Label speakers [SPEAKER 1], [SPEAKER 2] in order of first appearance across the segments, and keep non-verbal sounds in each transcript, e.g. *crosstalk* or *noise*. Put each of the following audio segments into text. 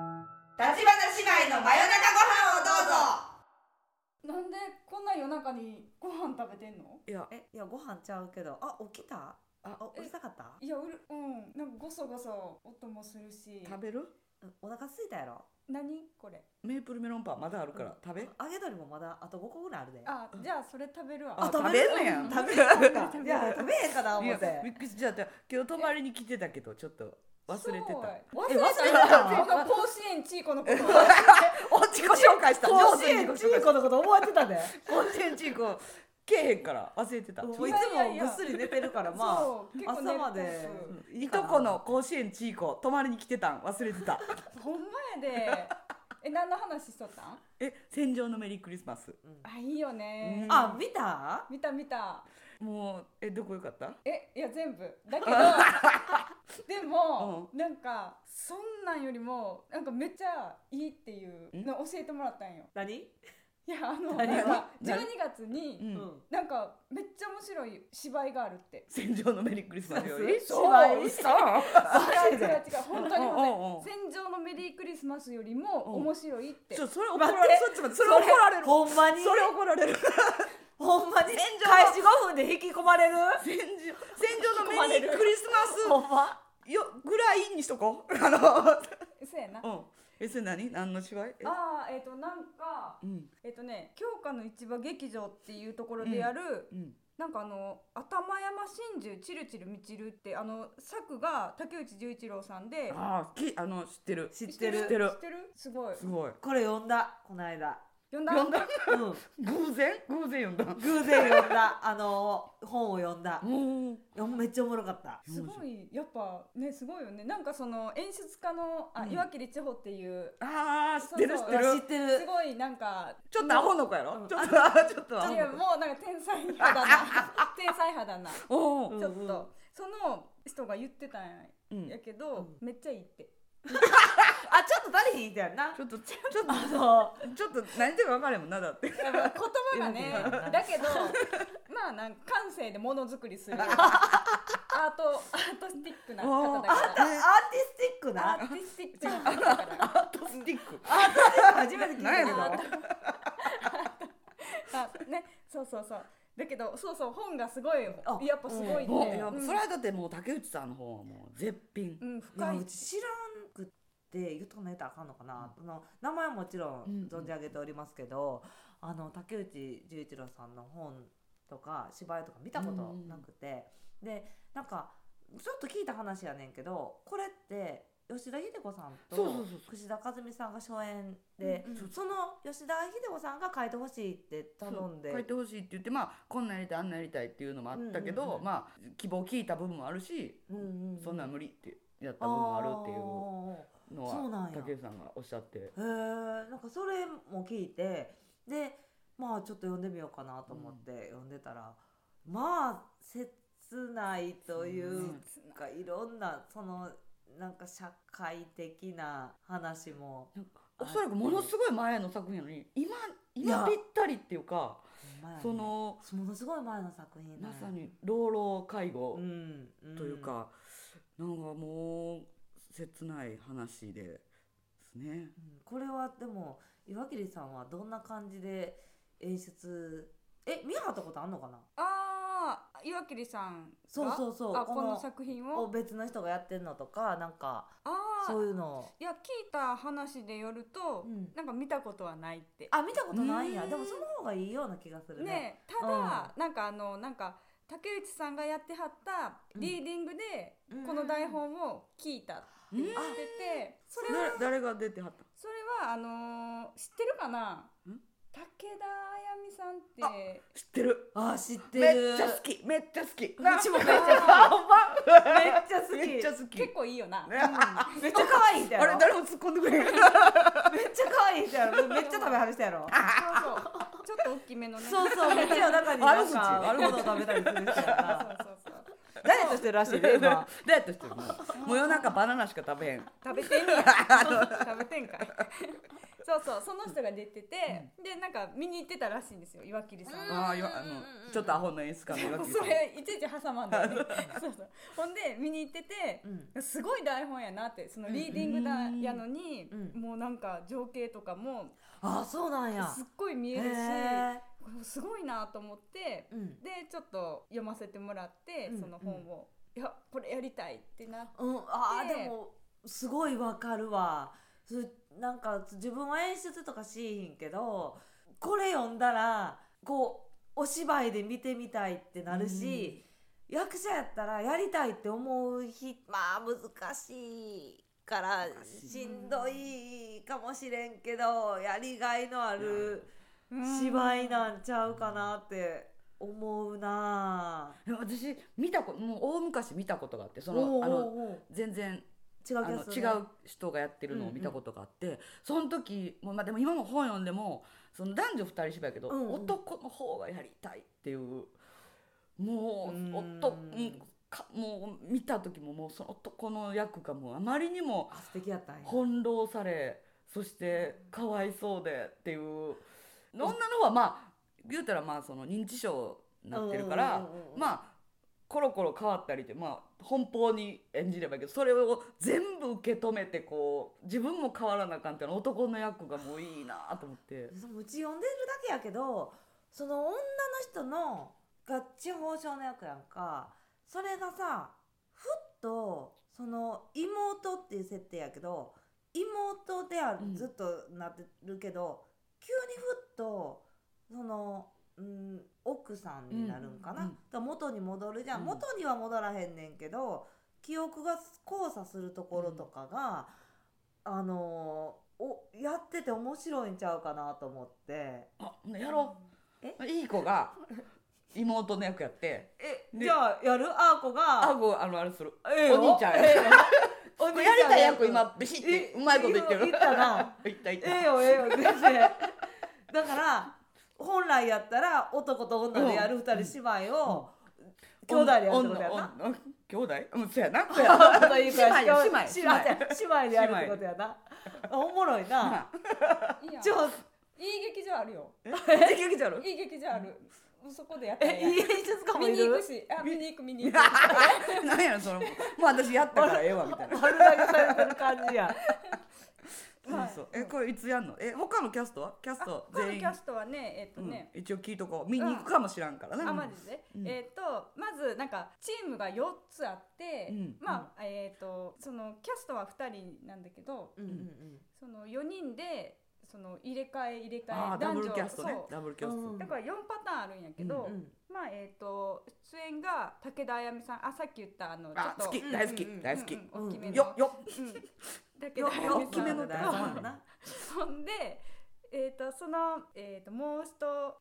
[SPEAKER 1] 立花姉妹の真夜中ご飯をどうぞ
[SPEAKER 2] なんでこんな夜中にご飯食べてんの
[SPEAKER 3] いやえいやご飯ちゃうけどあ起きたあお
[SPEAKER 2] え
[SPEAKER 3] うるさかった
[SPEAKER 2] いやうるうんなんかごそごそ音もするし
[SPEAKER 4] 食べる
[SPEAKER 3] うんお腹空いたやろ
[SPEAKER 2] 何これ
[SPEAKER 4] メープルメロンパンまだあるから食べ
[SPEAKER 3] あ揚げ鶏もまだあと5個ぐらいあるで
[SPEAKER 2] あじゃあそれ食べるわ
[SPEAKER 4] あ
[SPEAKER 3] 食
[SPEAKER 4] 食
[SPEAKER 3] べ
[SPEAKER 4] べ
[SPEAKER 3] る
[SPEAKER 4] んのやん
[SPEAKER 3] 食べる食べた
[SPEAKER 2] 食べる
[SPEAKER 3] いや食べへんかな思っ
[SPEAKER 4] いやび
[SPEAKER 3] て
[SPEAKER 4] っくりしちゃった今日泊まりに来てたけどちょっと忘れてた
[SPEAKER 2] そう忘れて
[SPEAKER 3] え忘れて
[SPEAKER 2] た
[SPEAKER 3] た
[SPEAKER 2] この甲子園チーコのこと
[SPEAKER 4] お自己紹介した
[SPEAKER 3] 甲子園ちいこのこと覚えてたで
[SPEAKER 4] 甲子園チーコけえへんから忘れてた
[SPEAKER 3] も
[SPEAKER 4] いう
[SPEAKER 3] いつもぐっすり寝てるからま
[SPEAKER 2] そう結
[SPEAKER 3] あ
[SPEAKER 2] 構寝
[SPEAKER 3] 朝
[SPEAKER 2] る
[SPEAKER 3] まで
[SPEAKER 4] とこの甲子園チーコ泊まりに来てたん忘れてた *laughs*
[SPEAKER 2] ほんまやでえ何の話しとったん
[SPEAKER 4] え戦場のメリークリスマス
[SPEAKER 3] うん
[SPEAKER 2] あいいよね
[SPEAKER 4] うん
[SPEAKER 3] あ見た
[SPEAKER 2] 見た見た
[SPEAKER 4] もうえどこよかった
[SPEAKER 2] えいや全部だけどでも、
[SPEAKER 4] う
[SPEAKER 2] なんかそんなんよりもなんかめっちゃいいっていうのを教えてもらったんよ
[SPEAKER 3] 何
[SPEAKER 2] いやあの
[SPEAKER 3] 何
[SPEAKER 2] なんか12
[SPEAKER 4] 何
[SPEAKER 2] 月に、
[SPEAKER 4] うん
[SPEAKER 3] うん
[SPEAKER 2] なんかめっちゃ面白い芝居があるって
[SPEAKER 4] 戦場のメリークリスマスよ
[SPEAKER 3] え
[SPEAKER 4] り
[SPEAKER 3] 芝居
[SPEAKER 4] 嘘
[SPEAKER 2] 違う違う違う本当に
[SPEAKER 4] うんう
[SPEAKER 2] 本
[SPEAKER 4] んうん
[SPEAKER 2] 当に戦場のメリークリスマスよりも面白いって
[SPEAKER 4] ちょそれ怒ら
[SPEAKER 3] 待
[SPEAKER 4] れ
[SPEAKER 3] って
[SPEAKER 4] るそっち待ってそれ怒られる
[SPEAKER 3] ほんまに
[SPEAKER 4] それ怒られる
[SPEAKER 3] ほんまに開始5分で引き込まれる
[SPEAKER 4] 戦場戦場のメリークリスマ
[SPEAKER 3] ほんま
[SPEAKER 4] スよぐらいにしとこうあの
[SPEAKER 2] そうやな
[SPEAKER 4] うん。え、それ何何の芝居え
[SPEAKER 2] あーえっ、となんか
[SPEAKER 4] うん。
[SPEAKER 2] えっ、とね京華の市場劇場っていうところでやる、
[SPEAKER 4] うん。
[SPEAKER 2] なんかあの頭山真珠チルチルみちるってあの作が竹内十一郎さんで
[SPEAKER 4] ああ、き、あの、知ってる。
[SPEAKER 3] 知って
[SPEAKER 4] 知
[SPEAKER 3] る
[SPEAKER 4] ってる
[SPEAKER 2] 知ってるすごい
[SPEAKER 4] すごい。
[SPEAKER 3] これ読んだこの間
[SPEAKER 2] 読んだ
[SPEAKER 4] 読んだ。
[SPEAKER 3] うん
[SPEAKER 4] 偶然偶然読んだ。
[SPEAKER 3] 偶然読んだあの本を読んだ
[SPEAKER 4] おお。
[SPEAKER 3] いやめっちゃおもろかった
[SPEAKER 2] すごいやっぱねすごいよねなんかその演出家のあ、
[SPEAKER 4] うん
[SPEAKER 2] 岩切千穂っていう
[SPEAKER 4] ああ、知ってる知
[SPEAKER 2] そうそう
[SPEAKER 4] って
[SPEAKER 3] いや知っ
[SPEAKER 4] る。
[SPEAKER 3] て
[SPEAKER 2] す
[SPEAKER 3] る
[SPEAKER 2] ごいなんか
[SPEAKER 4] ちょっとアホの子や
[SPEAKER 3] う
[SPEAKER 4] ろ
[SPEAKER 3] ん
[SPEAKER 4] ちょっと、あーちょっとア
[SPEAKER 2] い
[SPEAKER 4] ホ
[SPEAKER 2] や
[SPEAKER 4] の子。
[SPEAKER 2] もうなんか天才派だな *laughs* 天才派だなち
[SPEAKER 4] お
[SPEAKER 3] う
[SPEAKER 4] お。
[SPEAKER 3] ん
[SPEAKER 2] ょっと、その人が言ってたん
[SPEAKER 4] うん。
[SPEAKER 2] や
[SPEAKER 4] ち
[SPEAKER 2] けど、めっちゃいいって
[SPEAKER 3] あちょっと誰引いたやんな
[SPEAKER 4] ょっと、ちょっ
[SPEAKER 3] あの
[SPEAKER 4] と、ちょっと、何言ってるか分かれへんもんな、だって。
[SPEAKER 2] 言葉が
[SPEAKER 4] *laughs*
[SPEAKER 2] ね
[SPEAKER 3] うんうん
[SPEAKER 2] だけどまあなんか感性でものづくりす
[SPEAKER 4] *laughs*
[SPEAKER 2] るアートアートスティックな方だ
[SPEAKER 3] ア
[SPEAKER 2] か
[SPEAKER 3] ーティスティック
[SPEAKER 2] らア
[SPEAKER 3] な
[SPEAKER 2] ーティスティックな方だから
[SPEAKER 4] アートスティック。
[SPEAKER 3] 初めて聞いたけど
[SPEAKER 4] なんや
[SPEAKER 2] あねそうそうそうだけどそうそう本がすごいやっ
[SPEAKER 3] あ
[SPEAKER 2] ぱすごいって、
[SPEAKER 4] もう、いや
[SPEAKER 2] うん
[SPEAKER 4] それはだってもう竹内さんの方はもう絶品
[SPEAKER 2] う。ん、
[SPEAKER 3] いや
[SPEAKER 2] 深いう
[SPEAKER 3] ち知らんくって言っとかないとあかんのかな、あの名前はもちろん存じ上げておりますけど、あの竹内十一郎さんの本とか芝居とか見たことなくて、でなんかちょっと聞いた話やねんけどこれって吉田秀子さん
[SPEAKER 4] そうそ
[SPEAKER 3] と
[SPEAKER 4] うそう
[SPEAKER 3] 串田和美さんが初演で
[SPEAKER 2] うんうん
[SPEAKER 3] その吉田秀子さんが書いてほしいって頼んで
[SPEAKER 4] 書いてほしいって言ってまあこんなんやりたいあんなんやりたいっていうのもあったけど、
[SPEAKER 3] うんうんうん
[SPEAKER 4] まあ希望聞いた部分もあるし、
[SPEAKER 3] うんうんうん
[SPEAKER 4] そんなん無理ってやった部分もあるっていうの
[SPEAKER 3] あーそうな
[SPEAKER 4] は
[SPEAKER 3] んや
[SPEAKER 4] 竹内さんがおっしゃって
[SPEAKER 3] へえなんかそれも聞いてでまあちょっと読んでみようかなと思って読んでたら、まあ切ないというかいろんなそのなんか社会的な話も
[SPEAKER 4] なんかおそらくものすごい前の作品なのに今今ぴ
[SPEAKER 3] いや
[SPEAKER 4] ったりっていうか
[SPEAKER 3] ほんまやね
[SPEAKER 4] その
[SPEAKER 3] ものすごい前の作品なん
[SPEAKER 4] ま
[SPEAKER 3] や
[SPEAKER 4] さに老老介護
[SPEAKER 3] うんん
[SPEAKER 4] というか、なんかもう切ない話でですね。
[SPEAKER 3] うんこれはでも岩切さんはどんな感じで演出え見はったことあんのかな
[SPEAKER 2] ああ岩切さんが
[SPEAKER 3] そうそうそう
[SPEAKER 2] あ
[SPEAKER 3] こ
[SPEAKER 2] こ
[SPEAKER 3] の
[SPEAKER 2] の作品
[SPEAKER 3] お
[SPEAKER 2] を
[SPEAKER 3] 別の人がやってんのとかなんか
[SPEAKER 2] ああ
[SPEAKER 3] そういうのを
[SPEAKER 2] いや聞いた話でよると、
[SPEAKER 3] うん
[SPEAKER 2] なんか見たことはないって
[SPEAKER 3] あ見たことないんや
[SPEAKER 4] うん
[SPEAKER 3] でもその方がいいような気がするね
[SPEAKER 2] ねただ、なんかあのなんか竹内さんがやってはった
[SPEAKER 3] うん
[SPEAKER 2] リーディングで、
[SPEAKER 3] うん
[SPEAKER 2] この台本を聞いたって言っててそれは
[SPEAKER 4] だ誰が出てはった
[SPEAKER 2] それはあのー知ってるかなん武田あやみさんって
[SPEAKER 4] 知ってる
[SPEAKER 3] あ知って
[SPEAKER 4] めっ
[SPEAKER 3] る
[SPEAKER 4] ちゃ好きめっちゃ好きう
[SPEAKER 3] うちもめっちゃ
[SPEAKER 4] *laughs* めっ
[SPEAKER 3] 好きめっ
[SPEAKER 4] ち
[SPEAKER 3] ち
[SPEAKER 4] ゃ
[SPEAKER 3] ゃ
[SPEAKER 4] 好き
[SPEAKER 2] 結構いいよな、
[SPEAKER 4] ね
[SPEAKER 3] 好きめっちゃ可愛い人や
[SPEAKER 4] あ
[SPEAKER 3] ろ
[SPEAKER 4] れ誰も突っ込んでく *laughs* れへん
[SPEAKER 3] めっちゃ可愛い人やろめっちゃ食べはる人やろ
[SPEAKER 2] そうそうちょっと大きめのね
[SPEAKER 3] そうそうめっちゃ中になんかあるもの食べたりする人や
[SPEAKER 2] そ
[SPEAKER 3] *laughs* な
[SPEAKER 2] うそうそう
[SPEAKER 3] ダイエットしてるらしいね今
[SPEAKER 4] *laughs* ダイエットしてる
[SPEAKER 3] *laughs*
[SPEAKER 4] もう夜中バナナしか食べへん
[SPEAKER 2] 食べてんねや食べてんかいそうそうその人が出てて、でなんか見に行ってたらしいんですよ岩切さんが。
[SPEAKER 4] ああいわあ
[SPEAKER 1] うんうんうんう
[SPEAKER 4] の
[SPEAKER 1] ん
[SPEAKER 4] ちょっとアホな演出家の岩切さ
[SPEAKER 2] そ
[SPEAKER 4] ん
[SPEAKER 2] れいちいち挟まんだよねそうそうほんで見に行ってて
[SPEAKER 3] う、ん
[SPEAKER 2] すごい台本やなってそのリーディングだ
[SPEAKER 4] うん
[SPEAKER 2] やのに、
[SPEAKER 3] うん
[SPEAKER 2] もうなんか情景とかも
[SPEAKER 3] あそうなんや
[SPEAKER 2] すっごい見えるし、
[SPEAKER 3] へ
[SPEAKER 2] これすごいなと思って
[SPEAKER 3] ーうん
[SPEAKER 2] でちょっと読ませてもらって、
[SPEAKER 3] うん
[SPEAKER 2] その本を、いやこれやりたいってなって
[SPEAKER 3] うんあー
[SPEAKER 2] で
[SPEAKER 3] でもすごいわかるわすなんか自分は演出とかしいひんけどこれ読んだらこうお芝居で見てみたいってなるし、役者やったらやりたいって思う日まあ難しいから
[SPEAKER 4] 難しい
[SPEAKER 3] しんどいかもしれんけどやりがいのある
[SPEAKER 2] うん
[SPEAKER 3] 芝居なんちゃうかなって思うなあ
[SPEAKER 4] でも私見たこともう大昔見たことがあってそ
[SPEAKER 3] お
[SPEAKER 4] の
[SPEAKER 3] う
[SPEAKER 4] あ
[SPEAKER 3] お
[SPEAKER 4] の
[SPEAKER 3] うおう
[SPEAKER 4] 全然
[SPEAKER 3] 違う
[SPEAKER 4] あ
[SPEAKER 3] 気
[SPEAKER 4] の
[SPEAKER 3] がす
[SPEAKER 4] 違
[SPEAKER 3] るね
[SPEAKER 4] う人がやってるのを見たことがあって、その時もうまあでも今も本読んでもその男女2人芝居やけど、
[SPEAKER 3] うんうん
[SPEAKER 4] 男の方がやりたいっていうも
[SPEAKER 3] う
[SPEAKER 4] うん男うんかもう見た時ももうその男の役がもうあまりにも
[SPEAKER 3] あ素敵やったんや
[SPEAKER 4] 翻弄されそしてかわいそうでっていう女の方はまあ言うたらまあその認知症になってるから。
[SPEAKER 3] うんうんうんうん
[SPEAKER 4] まあコロコロ変わったりってまあ奔放に演じればいいけどそれを全部受け止めてこう自分も変わらなあかんっていうの男の役がもういいなあと思って
[SPEAKER 3] そのうち呼んでるだけやけどその女の人のが地方症の役やんかそれがさふっとその妹っていう設定やけど妹ではずっとなってるけど、急にふっとその、うん、奥さんになるんかな、
[SPEAKER 4] うんうん
[SPEAKER 3] だから元に戻るじゃん、
[SPEAKER 4] うん
[SPEAKER 3] 元には戻らへんねんけど記憶が交差するところとかが、あのおやってて面白いんちゃうかなと思って。
[SPEAKER 4] あやろう
[SPEAKER 3] え
[SPEAKER 4] いい子が妹の役やって
[SPEAKER 3] え、
[SPEAKER 4] ね
[SPEAKER 3] じゃあやるあーこが
[SPEAKER 4] あごあのあれする
[SPEAKER 3] ええよ
[SPEAKER 4] お兄ちゃんや
[SPEAKER 3] ええよお
[SPEAKER 4] こ
[SPEAKER 3] 兄
[SPEAKER 4] れ
[SPEAKER 3] ちゃ
[SPEAKER 4] や
[SPEAKER 3] ん
[SPEAKER 4] りたい
[SPEAKER 3] の
[SPEAKER 4] 役今ビシッてうまいこと言ってる
[SPEAKER 3] い
[SPEAKER 4] *laughs*
[SPEAKER 3] いよ言ったな
[SPEAKER 4] 言った言った
[SPEAKER 3] ええよええよ全然だから本来やったら男と女でやる二人芝居を兄弟でやるってことやな
[SPEAKER 4] 女女兄弟 *laughs* うんそうやなそうやな
[SPEAKER 3] あそういう感
[SPEAKER 4] 姉
[SPEAKER 3] じ
[SPEAKER 4] 妹姉妹
[SPEAKER 3] 姉妹姉妹でやるってことやなあおもろいな
[SPEAKER 2] いいやん
[SPEAKER 3] ちょ
[SPEAKER 2] いい劇場あるよ
[SPEAKER 3] え劇場ある
[SPEAKER 2] いい劇場ある、そこでやったら
[SPEAKER 3] え
[SPEAKER 2] えやん
[SPEAKER 3] いい演出家も
[SPEAKER 2] 見
[SPEAKER 3] い
[SPEAKER 2] に行
[SPEAKER 3] る
[SPEAKER 2] くしあ見に行く見に行く
[SPEAKER 4] *laughs* なんやろそのもう私やったからええわみたいな
[SPEAKER 3] 丸投げされてる感じや
[SPEAKER 4] そうそう。え、これいつやんの？え、他のキャストは？キャス
[SPEAKER 2] あ
[SPEAKER 4] ト
[SPEAKER 2] この
[SPEAKER 4] 全
[SPEAKER 2] キ
[SPEAKER 4] 員。
[SPEAKER 2] ャストはねえっ、とね、
[SPEAKER 4] うん、一応聞いとこう。見に行くかもしらんからね。
[SPEAKER 2] あマジで、
[SPEAKER 4] うん
[SPEAKER 2] えっ、とまずなんかチームが4つあって、
[SPEAKER 4] うん
[SPEAKER 2] まあ、えっ、とそのキャストは2人なんだけど
[SPEAKER 3] うんうん
[SPEAKER 2] その4人でその入れ替え入れ替
[SPEAKER 4] あー
[SPEAKER 2] え
[SPEAKER 4] ダ
[SPEAKER 2] 男
[SPEAKER 4] ブル
[SPEAKER 2] 女
[SPEAKER 4] キャストね
[SPEAKER 2] そ。う
[SPEAKER 4] ダブルキャスト。
[SPEAKER 3] うん
[SPEAKER 2] だから4パターンあるんやけど、
[SPEAKER 3] うんうん
[SPEAKER 2] まあえっ、と出演が武田あやみさんあさっき言ったあのちょっ
[SPEAKER 4] あ、
[SPEAKER 2] と
[SPEAKER 4] 好き、
[SPEAKER 2] うん
[SPEAKER 4] 大好き、
[SPEAKER 3] うんうんうん
[SPEAKER 4] 大好き。よ
[SPEAKER 2] うん大きめの、
[SPEAKER 4] よよ
[SPEAKER 2] うん武田
[SPEAKER 3] よ
[SPEAKER 2] あや
[SPEAKER 3] よ
[SPEAKER 2] み
[SPEAKER 3] 決
[SPEAKER 2] さ
[SPEAKER 3] め
[SPEAKER 2] ん
[SPEAKER 3] のって
[SPEAKER 4] そう
[SPEAKER 3] そうやな
[SPEAKER 2] *laughs* そんで、えーとその、えー、ともう一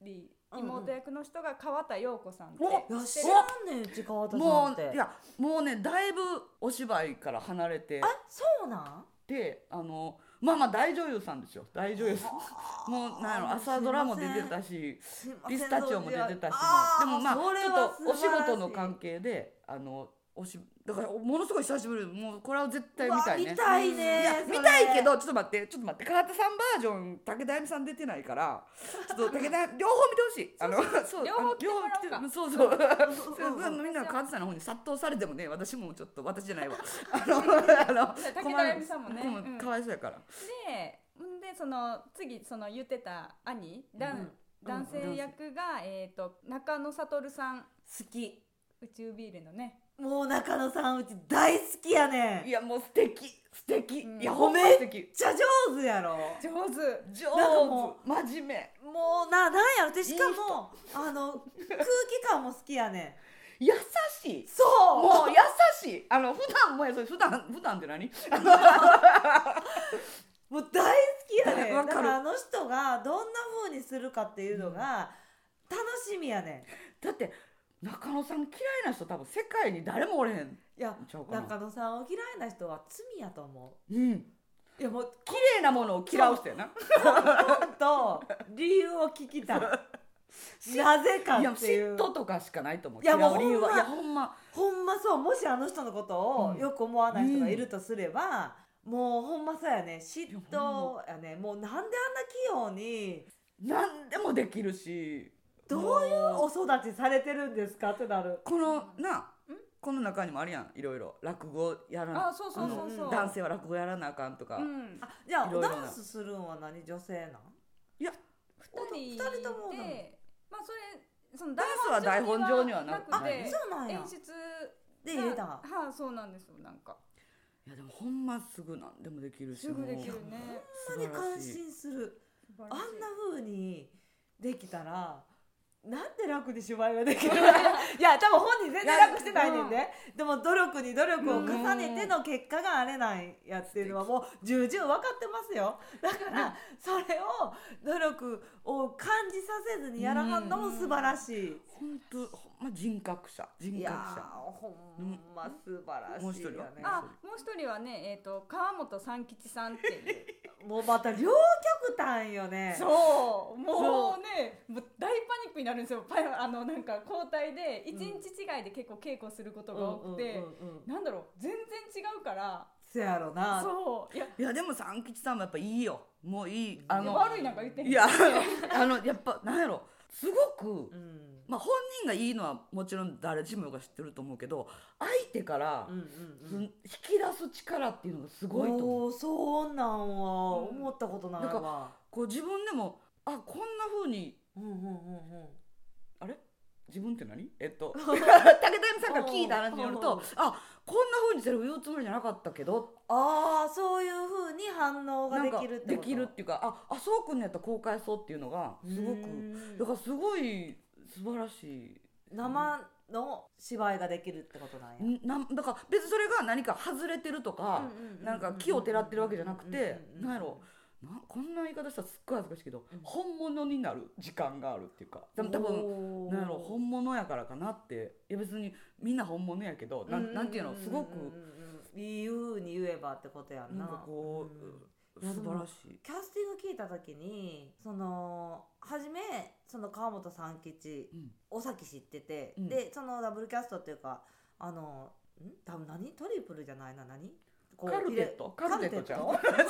[SPEAKER 2] 人妹役の人が川田陽子さんって、
[SPEAKER 4] お
[SPEAKER 3] いや知
[SPEAKER 2] で
[SPEAKER 3] らんねんうち川田さん
[SPEAKER 4] も
[SPEAKER 3] って
[SPEAKER 4] ういやもうねだいぶお芝居から離れて
[SPEAKER 3] あそうなん
[SPEAKER 4] であのまあまあ大女優さんですよ大女優さんもうなんやろ朝ドラも出てたしピスタチオも出てたし
[SPEAKER 3] あー
[SPEAKER 4] でもまあち
[SPEAKER 3] それ
[SPEAKER 4] ょ
[SPEAKER 3] は
[SPEAKER 4] っとお仕
[SPEAKER 3] 素晴らしい
[SPEAKER 4] 事の関係であのおしだからものすごい久しぶりもうこれは絶対
[SPEAKER 3] うわ
[SPEAKER 4] 見たいね
[SPEAKER 3] 見たいね
[SPEAKER 4] いや
[SPEAKER 3] それ
[SPEAKER 4] 見たいけどちょっと待ってちょっと待って川田さんバージョン武田亜美さん出てないからちょっと武田両方見てほしいあの *laughs* そう
[SPEAKER 2] 両方来てもらおうか
[SPEAKER 4] あの両方来てそうそう
[SPEAKER 3] うんうん
[SPEAKER 4] そうみんな川田さんの方に殺到されてもね私もちょっと私じゃないわあのあの
[SPEAKER 2] 田
[SPEAKER 4] 困る
[SPEAKER 2] 亜美さんもね
[SPEAKER 4] 困る
[SPEAKER 2] うん
[SPEAKER 4] かわいそうやから
[SPEAKER 2] んでその次その言ってた兄、だん
[SPEAKER 3] うん
[SPEAKER 2] 男性役が、えー、と中野悟さん
[SPEAKER 3] 好き
[SPEAKER 2] 宇宙ビールのね
[SPEAKER 3] もう中野さんうち大好きや
[SPEAKER 4] い
[SPEAKER 3] ねんめっ
[SPEAKER 4] やもう素敵素敵
[SPEAKER 2] うん
[SPEAKER 4] いやほんま素敵
[SPEAKER 3] ちゃ上手やろ
[SPEAKER 2] 上手
[SPEAKER 4] 上
[SPEAKER 3] なんかも
[SPEAKER 4] 手真面目
[SPEAKER 3] もうななんやろでしかもあの空気感も好きや
[SPEAKER 4] *laughs*
[SPEAKER 3] ね
[SPEAKER 4] 優しい
[SPEAKER 3] んそう
[SPEAKER 4] もう優しいあの普段もやそう普段普段って何
[SPEAKER 3] もう大好きやね
[SPEAKER 4] わ
[SPEAKER 3] ん
[SPEAKER 4] か
[SPEAKER 3] だ
[SPEAKER 4] る
[SPEAKER 3] からあの人がどんな風にするかっていうのが楽しみやね
[SPEAKER 4] だって中野さん嫌いな人多分世界に誰もおれへん
[SPEAKER 3] んいや
[SPEAKER 4] ちゃうかな
[SPEAKER 3] 中野さんを嫌いな人は罪やと思
[SPEAKER 4] うん
[SPEAKER 3] うい *laughs* やもう
[SPEAKER 4] 綺麗なものを嫌う人やな
[SPEAKER 3] 本と理由を聞きたい *laughs* なぜか
[SPEAKER 4] いや
[SPEAKER 3] っていう
[SPEAKER 4] 嫉妬とかしかないと思う
[SPEAKER 3] いや
[SPEAKER 4] 嫌
[SPEAKER 3] もう
[SPEAKER 4] 理由はい
[SPEAKER 3] ほんま
[SPEAKER 4] やほんま
[SPEAKER 3] ほんまそうもしあの人のこと
[SPEAKER 4] う
[SPEAKER 3] を
[SPEAKER 4] ん
[SPEAKER 3] よく思わない人がいるとすれば、もうほんまそうやね嫉妬やねもうなんであんな器用に
[SPEAKER 4] 何でもできるし
[SPEAKER 3] どういう
[SPEAKER 4] も
[SPEAKER 3] お育ちされてるんですかってなる
[SPEAKER 4] このなこの中にもあるやんいろいろ落語やらな
[SPEAKER 2] あそうそうそうそう
[SPEAKER 3] あの
[SPEAKER 4] 男性は落語やらなあかんとか、
[SPEAKER 2] うん
[SPEAKER 3] あじゃあ
[SPEAKER 4] いろいろな
[SPEAKER 3] ダンスするんは何女性なん
[SPEAKER 2] 二人
[SPEAKER 3] お二人ともなの
[SPEAKER 2] でまあそれその
[SPEAKER 4] ダンスは台本上にはなく
[SPEAKER 2] 台本上にはなく
[SPEAKER 4] ない
[SPEAKER 2] て
[SPEAKER 4] え
[SPEAKER 3] そうなんや
[SPEAKER 2] 演出
[SPEAKER 3] で入れた
[SPEAKER 2] はあそうなんですよなんか
[SPEAKER 4] いやでもほんますぐ何でもできるし
[SPEAKER 2] すぐできる
[SPEAKER 4] もう
[SPEAKER 2] ね
[SPEAKER 3] ほんまに感心する
[SPEAKER 2] 素晴
[SPEAKER 3] あん
[SPEAKER 2] ら
[SPEAKER 3] な
[SPEAKER 2] しい
[SPEAKER 3] 風にできたらなんで楽に芝居ができるいや多分本人全然楽してないねんで、でも努力に努力を重ねての結果があれないやっていうのはもう重々分かってますよだからそれを努力を感じさせずにやらはんのも素晴らしい、
[SPEAKER 4] ほんとほんま人格者人
[SPEAKER 3] いや
[SPEAKER 4] 格
[SPEAKER 3] ー
[SPEAKER 4] 者
[SPEAKER 3] ほんま素晴らしい
[SPEAKER 4] もう一人
[SPEAKER 3] よ
[SPEAKER 4] は
[SPEAKER 3] ね
[SPEAKER 2] あもう一人はねえっ、と川本三吉さんって
[SPEAKER 3] *laughs*
[SPEAKER 2] いう
[SPEAKER 3] もうまた両極端よね
[SPEAKER 2] そうもうねもう大パニックになるんですよパイあのなんか交代で一日違いで結構稽古することが多くて、
[SPEAKER 3] うんうんうんうん
[SPEAKER 2] なんだろう全然違うから
[SPEAKER 3] せやろな
[SPEAKER 2] そういや
[SPEAKER 4] いやでも三吉さんもやっぱいいよもういいあの
[SPEAKER 2] 悪いなんか言ってへん
[SPEAKER 4] いやあのあのやっぱなんやろすごく、
[SPEAKER 3] うん
[SPEAKER 4] まあ、本人がいいのはもちろん誰しもが知ってると思うけど相手から、
[SPEAKER 3] うんうんうん
[SPEAKER 4] 引き出す力っていうのがすごいと思う
[SPEAKER 3] おーそうなんは
[SPEAKER 2] うん
[SPEAKER 3] 思ったことない
[SPEAKER 4] なんか
[SPEAKER 3] わ、
[SPEAKER 4] こう自分でもあこんな風に
[SPEAKER 3] うんうんうんうん
[SPEAKER 4] あれ自分って何えっ
[SPEAKER 3] *laughs*
[SPEAKER 4] と武田由美さんから聞いた話による
[SPEAKER 3] おうおう
[SPEAKER 4] とあこんな風にセリフ言うつもりじゃなかったけど
[SPEAKER 3] ああそういうふうに反応が
[SPEAKER 4] なん
[SPEAKER 3] で
[SPEAKER 4] か
[SPEAKER 3] きるってこと
[SPEAKER 4] できるっていうかああそうくんのやったらこう返そうっていうのがすごくだ
[SPEAKER 3] く
[SPEAKER 4] からすごい素晴らしい。
[SPEAKER 3] 生の芝居ができるってことなんや、
[SPEAKER 4] んなんだから別にそれが何か外れてるとか、なんか木をてらってるわけじゃなくて、なんやろなこんな言い方したらすっごい恥ずかしいけど、
[SPEAKER 3] うん
[SPEAKER 4] 本物になる時間があるっていうか多分多分
[SPEAKER 3] 分
[SPEAKER 4] なんやろ本物やからかなっていや別にみんな本物やけど、なんなんていうのすごく
[SPEAKER 3] いいふうに言えばってことやんな
[SPEAKER 4] なんかこう
[SPEAKER 3] うん
[SPEAKER 4] 素
[SPEAKER 3] うん
[SPEAKER 4] 晴らしい。
[SPEAKER 3] キャスティング聞いた時にその初めその川本三吉
[SPEAKER 4] うん
[SPEAKER 3] 尾崎知ってて、
[SPEAKER 4] うん
[SPEAKER 3] でそのダブルキャストっていうかあのん多分何トリプルじゃないな何こう
[SPEAKER 4] カルテット
[SPEAKER 3] 入れ
[SPEAKER 4] カルテットちゃん
[SPEAKER 3] カルテ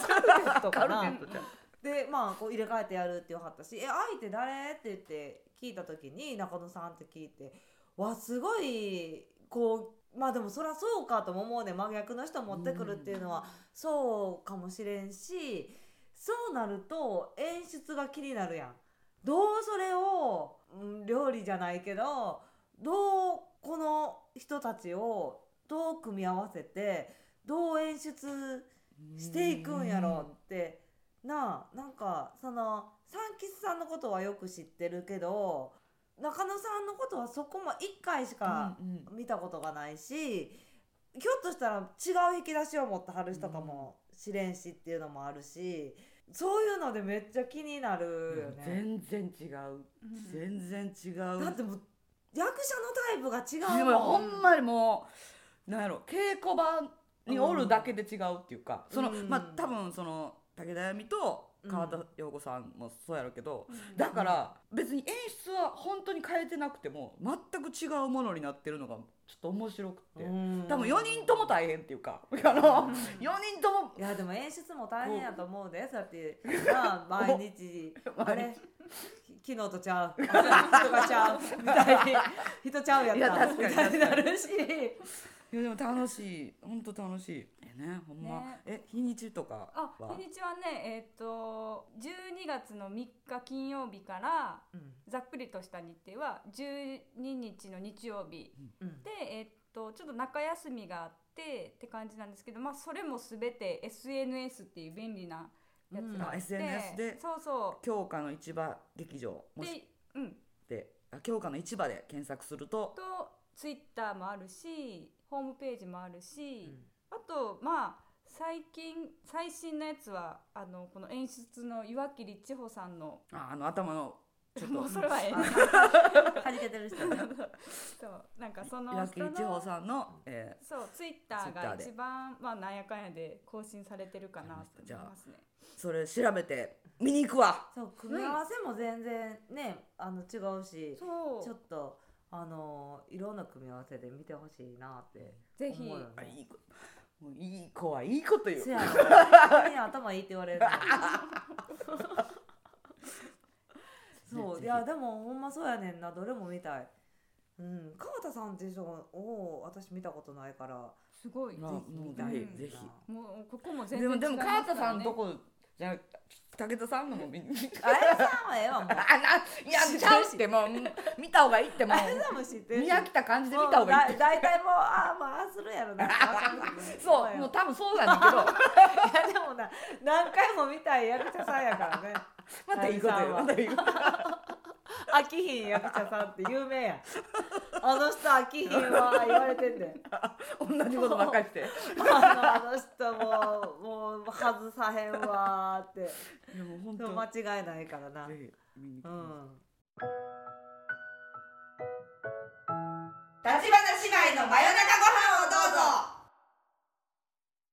[SPEAKER 3] ット
[SPEAKER 4] カ
[SPEAKER 3] か
[SPEAKER 4] ルテ
[SPEAKER 3] な
[SPEAKER 4] ットちゃん
[SPEAKER 3] でまあこう入れ替えてやるって言わはったし「え相手誰?」って言って聞いた時に中野さんって聞いてわすごいこうまあでもそりゃそうかとも思うね真逆の人持ってくるっていうのはそうかもしれんしそうなると演出が気になるやん。どうそれをうん料理じゃないけどどうこの人たちをどう組み合わせてどう演出
[SPEAKER 4] *laughs*
[SPEAKER 3] していくんやろうってなあなんかその三吉さんのことはよく知ってるけど中野さんのことはそこも1回しか
[SPEAKER 4] うんうん
[SPEAKER 3] 見たことがないし、ひょっとしたら違う引き出しを持ってはる人かもしれんしっていうのもあるしそういうのでめっちゃ気になるよね。
[SPEAKER 4] 全然違う
[SPEAKER 2] うん
[SPEAKER 4] 全然違う。
[SPEAKER 3] だってもう役者のタイプが違
[SPEAKER 4] で
[SPEAKER 3] う
[SPEAKER 4] もほ
[SPEAKER 3] もん。
[SPEAKER 4] んまにもうなんやろ稽古場におるだけで違うっていうか、
[SPEAKER 3] うん
[SPEAKER 4] その
[SPEAKER 3] うん
[SPEAKER 4] まあ多分その武田闇と川田陽子さんもそうやろうけど、だから別に演出は本当に変えてなくても全く違うものになってるのがちょっと面白くて、
[SPEAKER 3] うん
[SPEAKER 4] 多分4人とも大変っていうか、あの4人とも
[SPEAKER 3] いやでも演出も大変やと思うで、
[SPEAKER 4] *laughs*
[SPEAKER 3] だってまあ毎日あれ *laughs* き昨日とちゃうあ人がちゃうみたいに人ちゃうやっ
[SPEAKER 4] いや
[SPEAKER 3] た
[SPEAKER 4] 確
[SPEAKER 3] み
[SPEAKER 4] かに
[SPEAKER 3] たいにな
[SPEAKER 4] 確
[SPEAKER 3] るし
[SPEAKER 4] いやでも楽しい本当楽しいえねほんま、
[SPEAKER 2] ね
[SPEAKER 4] え日にちとか
[SPEAKER 2] あ
[SPEAKER 4] は
[SPEAKER 2] 日にちはねえっ、と12月の3日金曜日から
[SPEAKER 3] うん
[SPEAKER 2] ざっくりとした日程は12日の日曜日
[SPEAKER 3] うん
[SPEAKER 2] でえっ、とちょっと中休みがあってって感じなんですけどまあそれも全て SNS っていう便利なやつがあって、
[SPEAKER 4] うんあ SNS で
[SPEAKER 2] そうそ
[SPEAKER 4] 京香の市場劇場
[SPEAKER 2] う
[SPEAKER 4] もし
[SPEAKER 2] でうん
[SPEAKER 4] であ京香の市場で検索すると
[SPEAKER 2] とツイッターもあるしホームページもあるし、
[SPEAKER 3] うん
[SPEAKER 2] あとまあ最近最新のやつはあのこの演出の岩切千穂さんの
[SPEAKER 4] ああの頭のちょっ
[SPEAKER 2] *laughs*
[SPEAKER 4] と
[SPEAKER 2] もうそれはええな
[SPEAKER 4] *laughs*
[SPEAKER 3] はじけてる人ね
[SPEAKER 2] そうなんかその
[SPEAKER 4] 岩
[SPEAKER 2] 人
[SPEAKER 4] 切地方
[SPEAKER 2] の
[SPEAKER 4] さんの、え
[SPEAKER 2] そうツイッター
[SPEAKER 4] Twitter
[SPEAKER 2] が
[SPEAKER 4] で
[SPEAKER 2] 一番まあなんやかんやで更新されてるかなと
[SPEAKER 4] じ
[SPEAKER 2] 思い
[SPEAKER 4] ゃあ
[SPEAKER 2] ますね。
[SPEAKER 4] ーそれ調べて見に行くわ
[SPEAKER 3] そう組み合わせも全然ねあの違うし
[SPEAKER 2] そ
[SPEAKER 3] ちょっ
[SPEAKER 2] う
[SPEAKER 3] とあのいろんな組み合わせで見てほしいなって
[SPEAKER 2] ぜひ
[SPEAKER 3] 思うよね
[SPEAKER 4] あいいもういい子はいいこと言う
[SPEAKER 3] *laughs* せやろ人に頭いいって言われ *laughs* るの
[SPEAKER 4] ぜひ
[SPEAKER 3] そ
[SPEAKER 4] ぜ
[SPEAKER 3] う
[SPEAKER 4] ひ
[SPEAKER 3] いやでもほんまそうやねんなどれも見たいうん川田さんでしょを私見たことない *laughs* から
[SPEAKER 2] すごい。
[SPEAKER 4] まあ
[SPEAKER 3] ぜひ
[SPEAKER 4] も
[SPEAKER 3] 見
[SPEAKER 4] う
[SPEAKER 3] たい
[SPEAKER 2] ぜ
[SPEAKER 3] な
[SPEAKER 2] ひ
[SPEAKER 4] ぜひ
[SPEAKER 2] もうここも全
[SPEAKER 4] で
[SPEAKER 2] 然違
[SPEAKER 4] も
[SPEAKER 2] いま
[SPEAKER 4] ですも
[SPEAKER 2] からね
[SPEAKER 4] 川田さんのとこじゃなく武田さんのも見に *laughs*
[SPEAKER 3] あれさんはええわも *laughs* う
[SPEAKER 4] あないやちゃうって
[SPEAKER 2] *laughs*
[SPEAKER 4] もううん見た方がいいってもう
[SPEAKER 3] あれさんも知ってる
[SPEAKER 4] 見飽きた感じで見た方がいいって
[SPEAKER 3] もうだ大体もうああまあああするやろ *laughs* な
[SPEAKER 4] *laughs* そうもう多分そうなんだけど
[SPEAKER 3] いやでもな何回も見たい役者さんやから *laughs* ね
[SPEAKER 4] またいいこと言うまたいいこと
[SPEAKER 3] 飽きひん役者さんって有名やんあの人飽きひんは言われてんで
[SPEAKER 4] 言う同じことばっかり
[SPEAKER 2] *laughs*
[SPEAKER 4] して
[SPEAKER 3] あのあの人ももう外さへんわーって
[SPEAKER 4] いやもう本
[SPEAKER 3] でも
[SPEAKER 4] 当
[SPEAKER 3] 間違いないからな
[SPEAKER 4] ぜひ見に来
[SPEAKER 3] う
[SPEAKER 4] てください
[SPEAKER 3] ん
[SPEAKER 1] 立花姉妹の真夜中ご飯をどうぞ